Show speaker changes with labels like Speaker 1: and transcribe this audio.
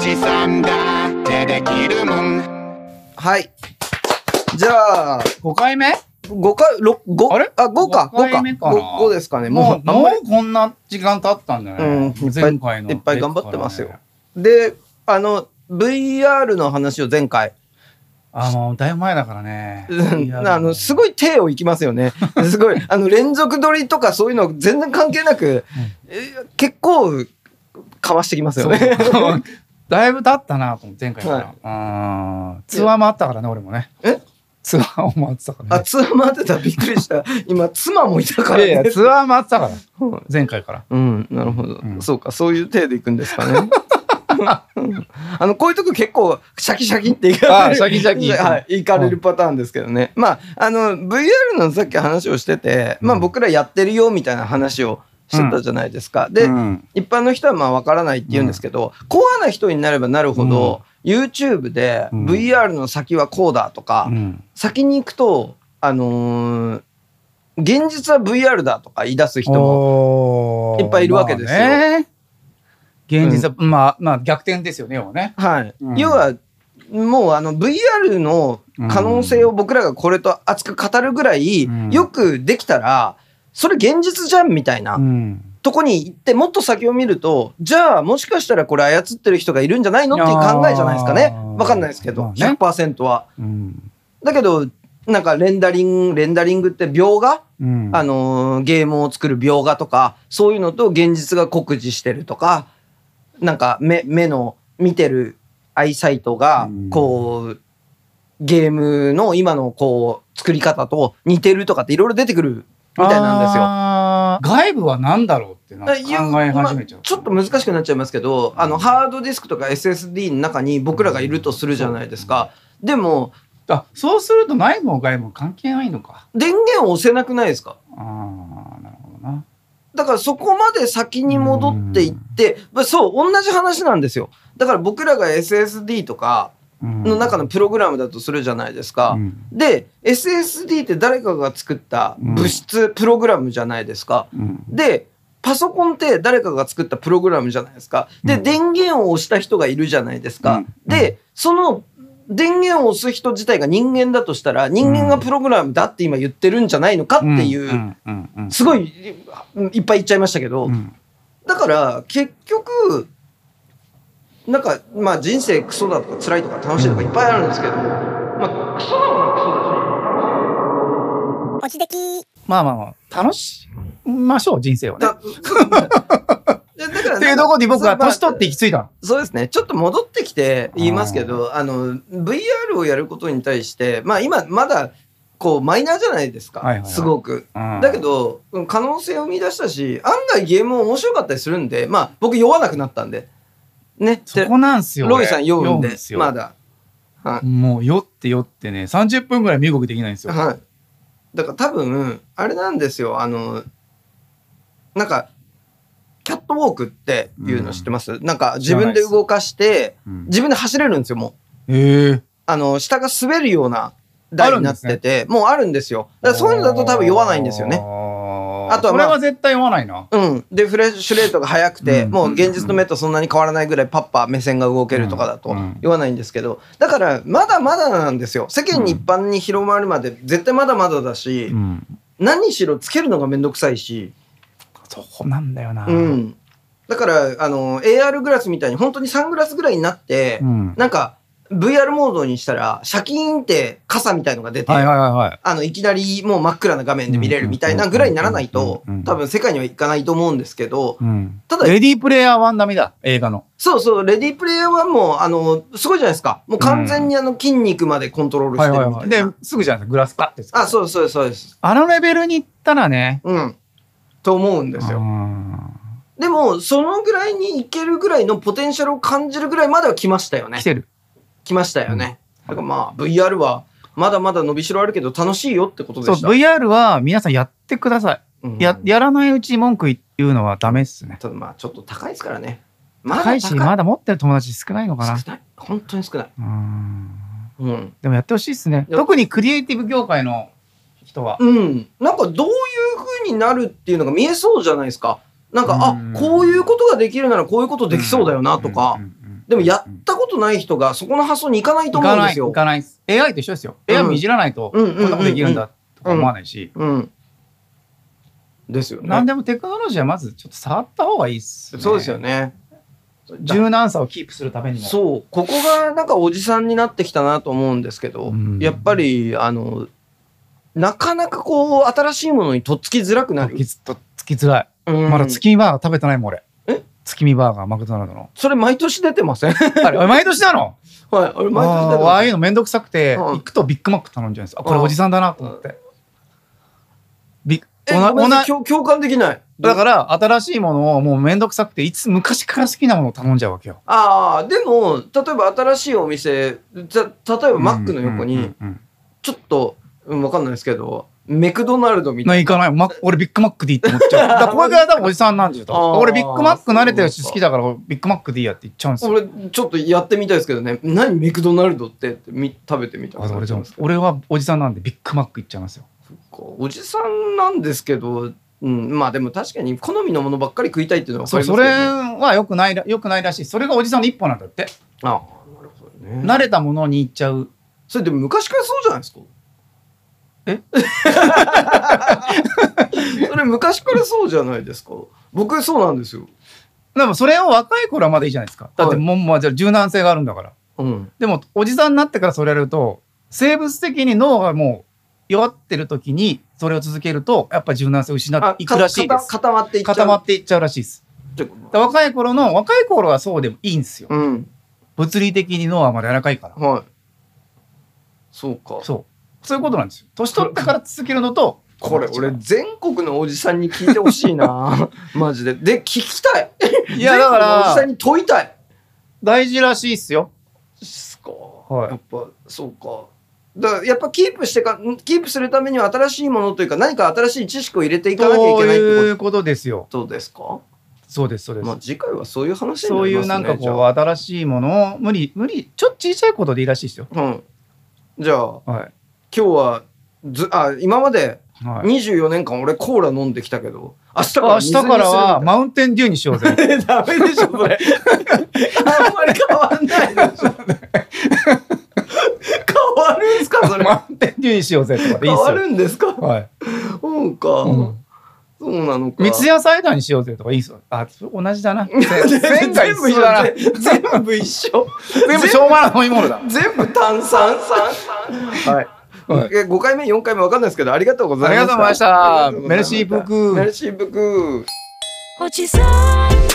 Speaker 1: じさんだってできるもん。
Speaker 2: はい。じゃあ、
Speaker 3: 5回目
Speaker 2: 5回、6、5?
Speaker 3: あれ
Speaker 2: あ、5か、
Speaker 3: 五
Speaker 2: 5
Speaker 3: 回
Speaker 2: か。
Speaker 3: 目かな
Speaker 2: 5, 5ですかね。も
Speaker 3: も
Speaker 2: う、
Speaker 3: う、もうこんな時間経ったんだね。
Speaker 2: うんいっぱい
Speaker 3: 前回の。
Speaker 2: いっぱい頑張ってますよ。で、あの、VR の話を前 回。
Speaker 3: あの、だいぶ前だからね。
Speaker 2: あの、す
Speaker 3: い。
Speaker 2: ごい手をいきますよ ね。すごい。あの、連続撮りとかそういうの全然関係なく、え結構、かわしてきますよね。
Speaker 3: そうだいぶ経ったなと思って、前回から。うん。ツアーもあったからね、俺もね。
Speaker 2: え
Speaker 3: ツアーもあってたか ら
Speaker 2: あ、
Speaker 3: ね。
Speaker 2: 妻待ってた。びっくりした。今、妻もいたから
Speaker 3: いやい
Speaker 2: ね
Speaker 3: や。ツアーもあってたから
Speaker 2: うん。
Speaker 3: 前回から。
Speaker 2: うん、なるほど。
Speaker 3: うん
Speaker 2: そうか、そういう体でいくんですか ね。うんあの、こういうとこ結構、シャキシャキっていかれ
Speaker 3: あ
Speaker 2: る。
Speaker 3: シャキシャキ
Speaker 2: はい、いかれるパターンですけどね。まあ、あの、VR のさっき話をしてて、まあ
Speaker 3: うん
Speaker 2: 僕らやってるよみたいな話をしてたじゃないですか。で、
Speaker 3: うん
Speaker 2: 一般の人はまあ分からないって言うんですけど、コアな人になればなるほど、YouTube で
Speaker 3: うん
Speaker 2: VR の先はこうだとか、
Speaker 3: うん
Speaker 2: 先に行くと、あのー現実は VR だとか言い出す人も
Speaker 3: も
Speaker 2: いっぱいいるわけですよ
Speaker 3: 現実は、まあ、まあ、逆転ですよね、要はね。
Speaker 2: はい、
Speaker 3: うん
Speaker 2: 要はもうあの VR の可能性を僕らがこれと熱く語るぐらい、
Speaker 3: うん
Speaker 2: よくできたらそれ現実じゃんみたいな、
Speaker 3: うん。
Speaker 2: とこに行ってもっと先を見るとじゃあもしかしたらこれ操ってる人がいるんじゃないのっていう考えじゃないですかね
Speaker 3: あー
Speaker 2: 分かんないですけど、
Speaker 3: まあね
Speaker 2: 100%は。
Speaker 3: うん。
Speaker 2: だけどなんかレンダリングレンダリングって描画、
Speaker 3: うん
Speaker 2: あのーゲームを作る描画とかそういうのと現実が酷似してるとかなんか目目の見てるアイサイトが
Speaker 3: うん
Speaker 2: こう、ゲームの今のこう作り方と似てるとかっていろいろ出てくるみたいなんですよ。
Speaker 3: よ。外部は何だろうってなんか考え始めちゃう。
Speaker 2: まあちょっと難しくなっちゃいますけどあのハードディスクとか SSD の中に僕らがいるとするじゃないですか。でも
Speaker 3: あそうすると内部も外部も関係ないのか。
Speaker 2: 電源を押せなくないですか
Speaker 3: ああ、なるほどな。
Speaker 2: だからそこまで先に戻っていって、まあそう、同じ話なんですよ。だから僕らが SSD とかの
Speaker 3: の
Speaker 2: 中のプログラムだとするじゃないです
Speaker 3: う
Speaker 2: か。
Speaker 3: ん
Speaker 2: で、SSD って誰かが作った物質、プログラムじゃないですか。
Speaker 3: うん
Speaker 2: で、パソコンって誰かが作ったプログラムじゃないですか。で、
Speaker 3: うん
Speaker 2: 電源を押した人がいるじゃないですか。
Speaker 3: うん
Speaker 2: で、その電源を押す人自体が人間だとしたら、人間がプログラムだって今言ってるんじゃないのかっていう、
Speaker 3: んうんうん
Speaker 2: すごいいっぱい言っちゃいましたけど、
Speaker 3: うん
Speaker 2: だから結局なんかまあ人生クソだとか辛いとか楽しいとかいっぱいあるんですけど、まあ、クソなものはクソだし
Speaker 1: おちでき
Speaker 3: まあまあまあ、楽しましょう、人生をね。
Speaker 2: だ いやだから
Speaker 3: っていうところに僕は年取って行き着いたの。
Speaker 2: そうですねちょっと戻ってきて言いますけどあの VR をやることに対してまあ今まだこうマイナーじゃないですか、
Speaker 3: はいはいはい
Speaker 2: すごく。
Speaker 3: うん
Speaker 2: だけ、どうん可能性を見出したし案外ゲーム面白かったりするんでまあ僕酔わなくなったんでね
Speaker 3: そこなんすよ。
Speaker 2: ロイさん酔うんで
Speaker 3: 酔すよ
Speaker 2: まだはい、
Speaker 3: もう酔って酔ってね、30分ぐらい身動きできないんですよ。
Speaker 2: はい、だから多分あれなんですよあのなんかキャットウォークっていうの知ってます、なんか自分で動かして
Speaker 3: うん
Speaker 2: 自分で走れるんですよもう
Speaker 3: へえ。
Speaker 2: あの下が滑るような台になってて、もうあるんですよだからそういうのだと多分酔わないんですよね
Speaker 3: あ
Speaker 2: あ
Speaker 3: と
Speaker 2: と
Speaker 3: は、
Speaker 2: はま
Speaker 3: これ
Speaker 2: あ
Speaker 3: は絶対酔わないな。
Speaker 2: うん、でフレッシュレートが速くて、
Speaker 3: うん
Speaker 2: もう現実の目とそんなに変わらないぐらいパッパ目線が動けるとかだ
Speaker 3: う
Speaker 2: と
Speaker 3: んうん
Speaker 2: 言わないんですけどだからまだまだなんですよ世間に一般に広まるまで絶対まだまだだし、
Speaker 3: うん。
Speaker 2: 何しろつけるのがめんどくさいし、
Speaker 3: そこなんだよな。
Speaker 2: うん、だからあの AR グラスみたいに本当にサングラスぐらいになって、
Speaker 3: うん。
Speaker 2: なんか VR モードにしたらシャキーンって傘みたいのが出て、
Speaker 3: はい
Speaker 2: い
Speaker 3: はいはいはい。
Speaker 2: あのいきなりもう真っ暗な画面で見れるみたいなぐらいにならないと
Speaker 3: うんうんうんうん
Speaker 2: 多分世界にはいかないと思うんですけど
Speaker 3: うん。
Speaker 2: ただ
Speaker 3: レディープレイヤー1ダメだ、映画の。
Speaker 2: そうそう、レディープレイヤーはもう、あの、すごいじゃないですか。もう完全にあの、筋肉までコントロールし
Speaker 3: は
Speaker 2: て
Speaker 3: い
Speaker 2: るみ
Speaker 3: は
Speaker 2: た
Speaker 3: い
Speaker 2: いな。
Speaker 3: はい。で、すぐじゃないですか、グラスパッて使う
Speaker 2: あ、そうそうそうです。
Speaker 3: あのレベルに行ったらね。
Speaker 2: うん。と思うんです
Speaker 3: う
Speaker 2: よ。
Speaker 3: ん
Speaker 2: でも、そのぐらいにいけるぐらいのポテンシャルを感じるぐらいまでは来ましたよね
Speaker 3: 来。てる。
Speaker 2: 来ましたよね。だからまあ、VR は、まだまだ伸びしろあるけど楽しいよってこと
Speaker 3: そ
Speaker 2: で
Speaker 3: う、
Speaker 2: した。
Speaker 3: VR は皆さんやってくださ
Speaker 2: うん
Speaker 3: い。や、やらないうちに文句言うのはダメっすね。
Speaker 2: ただまあ、ちょっと高いですからね。まだ
Speaker 3: 高いし、まだ持ってる友達少ないのかな
Speaker 2: 少ない。本当に少ない。。
Speaker 3: うん
Speaker 2: うん。
Speaker 3: でもやってほしいっすね。
Speaker 2: いや
Speaker 3: 特にクリエイティブ業界の人は。
Speaker 2: うん、なんかどういう風になるっていうのが見えそうじゃないですか。なんか、
Speaker 3: うん
Speaker 2: あこういうことができるならこういうことできそうだよなとか
Speaker 3: う、ん
Speaker 2: でもやったことない人がそこの発想に行かないと思
Speaker 3: 行か
Speaker 2: うんで
Speaker 3: ない、
Speaker 2: す
Speaker 3: 行
Speaker 2: よ。
Speaker 3: かないです。AI と一緒ですよ。
Speaker 2: うん
Speaker 3: AI もいじらないと、
Speaker 2: う
Speaker 3: こ
Speaker 2: ん
Speaker 3: ん
Speaker 2: うんうんうん
Speaker 3: なことできるんだとか思わないし、
Speaker 2: うん。ですよね。
Speaker 3: 何でもテクノロジーはまずちょっと触った方がいいっすね。
Speaker 2: そうですよね。
Speaker 3: 柔軟さをキープするためにも。
Speaker 2: そう、ここがなんかおじさんになってきたなと思うんですけど、
Speaker 3: うん
Speaker 2: やっぱり、あの、なかなかこう、新しいものにとっつきづらくな
Speaker 3: とっ
Speaker 2: る。
Speaker 3: きつとっつきづらい。
Speaker 2: うん
Speaker 3: まだ月見バーガー食べてないもん俺。
Speaker 2: え。
Speaker 3: 月見バーガー、マクドナルドの
Speaker 2: それ毎年出てません はい、
Speaker 3: あれ、おい毎年なの
Speaker 2: あれ毎
Speaker 3: あ
Speaker 2: 年
Speaker 3: ー
Speaker 2: 出て
Speaker 3: あ
Speaker 2: ま
Speaker 3: あ
Speaker 2: せ
Speaker 3: いうんのめんどくさくて、
Speaker 2: うん
Speaker 3: 行くとビッグマック頼んじゃうんですよ。あこれ
Speaker 2: うん
Speaker 3: おじさんだなと思って。ビッ
Speaker 2: え
Speaker 3: おな
Speaker 2: ごめんなさい
Speaker 3: お
Speaker 2: 共
Speaker 3: な
Speaker 2: 共感できない。
Speaker 3: だから、新しいものをもうめんどくさくて、いつ昔から好きなものを頼んじゃうわけよ。
Speaker 2: ああ、でも、例えば新しいお店、じゃ例えばマックの横
Speaker 3: うんう
Speaker 2: に
Speaker 3: ん、うんうん
Speaker 2: ちょっと、うん、わかんないですけど、メクドナルドみたい
Speaker 3: な行かない。マック俺ビッグマックでいいって思っち ゃう。だからこれから多分おじさんなんですよ多
Speaker 2: あー
Speaker 3: 分。俺ビッグマック慣れてるし好きだからビッグマックでいいやって言っちゃうんです
Speaker 2: な。
Speaker 3: よ。
Speaker 2: 俺、ちょっとやってみたいですけどね、何メクドナルドってってみ食べてみた
Speaker 3: あ
Speaker 2: い
Speaker 3: 俺
Speaker 2: です
Speaker 3: じゃあ俺はおじさんなんでビッグマック行っちゃいますよ。
Speaker 2: こうおじさんなんですけど、うん、まあでも確かに好みのものばっかり食いたいっていうのは分
Speaker 3: そ
Speaker 2: か
Speaker 3: う
Speaker 2: ります
Speaker 3: そ
Speaker 2: けど
Speaker 3: れ
Speaker 2: ね、
Speaker 3: は良くないら良くないらしい。それがおじさんの一歩なんだって。
Speaker 2: ああなるほどね
Speaker 3: 慣れたものに行っちゃう。
Speaker 2: それでも昔からそうじゃないですか
Speaker 3: え
Speaker 2: それ昔からそうじゃないですか僕そうなんですよ
Speaker 3: でもそれを若い頃はまだいいじゃないですか。だってもう、まあじゃあ柔軟性があるんだから。
Speaker 2: うん
Speaker 3: でもおじさんになってからそれやると生物的に脳がもう弱ってる時にそれを続けるとやっぱ柔軟性を失っていくらしいで
Speaker 2: か
Speaker 3: す。
Speaker 2: 固まっていっちゃう
Speaker 3: 固まっていっちゃうらしいです。
Speaker 2: ってこと
Speaker 3: だから若い頃の若い頃はそうでもいいんですよ
Speaker 2: うん
Speaker 3: 物理的に脳はまだ柔らかいから
Speaker 2: はいそうか
Speaker 3: そうそういうことなんですよ年取ってから続けるのと
Speaker 2: これ俺全国のおじさんに聞いてほしい なマジでで聞きたい
Speaker 3: いやだ
Speaker 2: 全
Speaker 3: か
Speaker 2: 国のおじさん
Speaker 3: ら
Speaker 2: に問いたい
Speaker 3: 大事らしいっすよ
Speaker 2: ですか、
Speaker 3: はい
Speaker 2: やっぱそうかだからやっぱキープしてかんキープするためには新しいものというか何か新しい知識を入れていかなきゃい
Speaker 3: そ
Speaker 2: け
Speaker 3: う
Speaker 2: ないって
Speaker 3: いうことですよ
Speaker 2: ことですか
Speaker 3: そうですそうです、
Speaker 2: まあ次回はそういう話に
Speaker 3: そ
Speaker 2: な
Speaker 3: う
Speaker 2: り
Speaker 3: い
Speaker 2: ま
Speaker 3: う
Speaker 2: すね
Speaker 3: なんかこう新しいものを無理無理ちょっと小さいことでいいらしいっすよ
Speaker 2: じゃあうんじゃあ今
Speaker 3: は
Speaker 2: 日はずあ今まで
Speaker 3: い、はい、
Speaker 2: 24年間俺コーラ飲んできたけど明日から
Speaker 3: 明
Speaker 2: 水にす
Speaker 3: 日
Speaker 2: る
Speaker 3: からはマウンテンデューにしようぜ
Speaker 2: え ダメでしょそ れあんまり変わんないで しょ変わるんですかそれ
Speaker 3: マウンテンデューにしようぜとかでい
Speaker 2: 変
Speaker 3: いっ
Speaker 2: わ
Speaker 3: すよ
Speaker 2: るんですか
Speaker 3: はい、
Speaker 2: そうか、
Speaker 3: うん
Speaker 2: そうなのか
Speaker 3: 三ツ矢サイダーにしようぜとかいいっすよあそれ同じ だな
Speaker 2: 全
Speaker 3: 全
Speaker 2: 部
Speaker 3: 部
Speaker 2: 一緒
Speaker 3: 一緒だな
Speaker 2: 全部一緒
Speaker 3: 全部昭和の飲み物だ
Speaker 2: 全部炭酸酸はい
Speaker 3: はい
Speaker 2: え5回目4回目わかんないですけどありがとうございました
Speaker 3: ありがとうございました
Speaker 2: ありがとうございました
Speaker 3: メルシーブック
Speaker 2: メルシーブック
Speaker 4: おじさん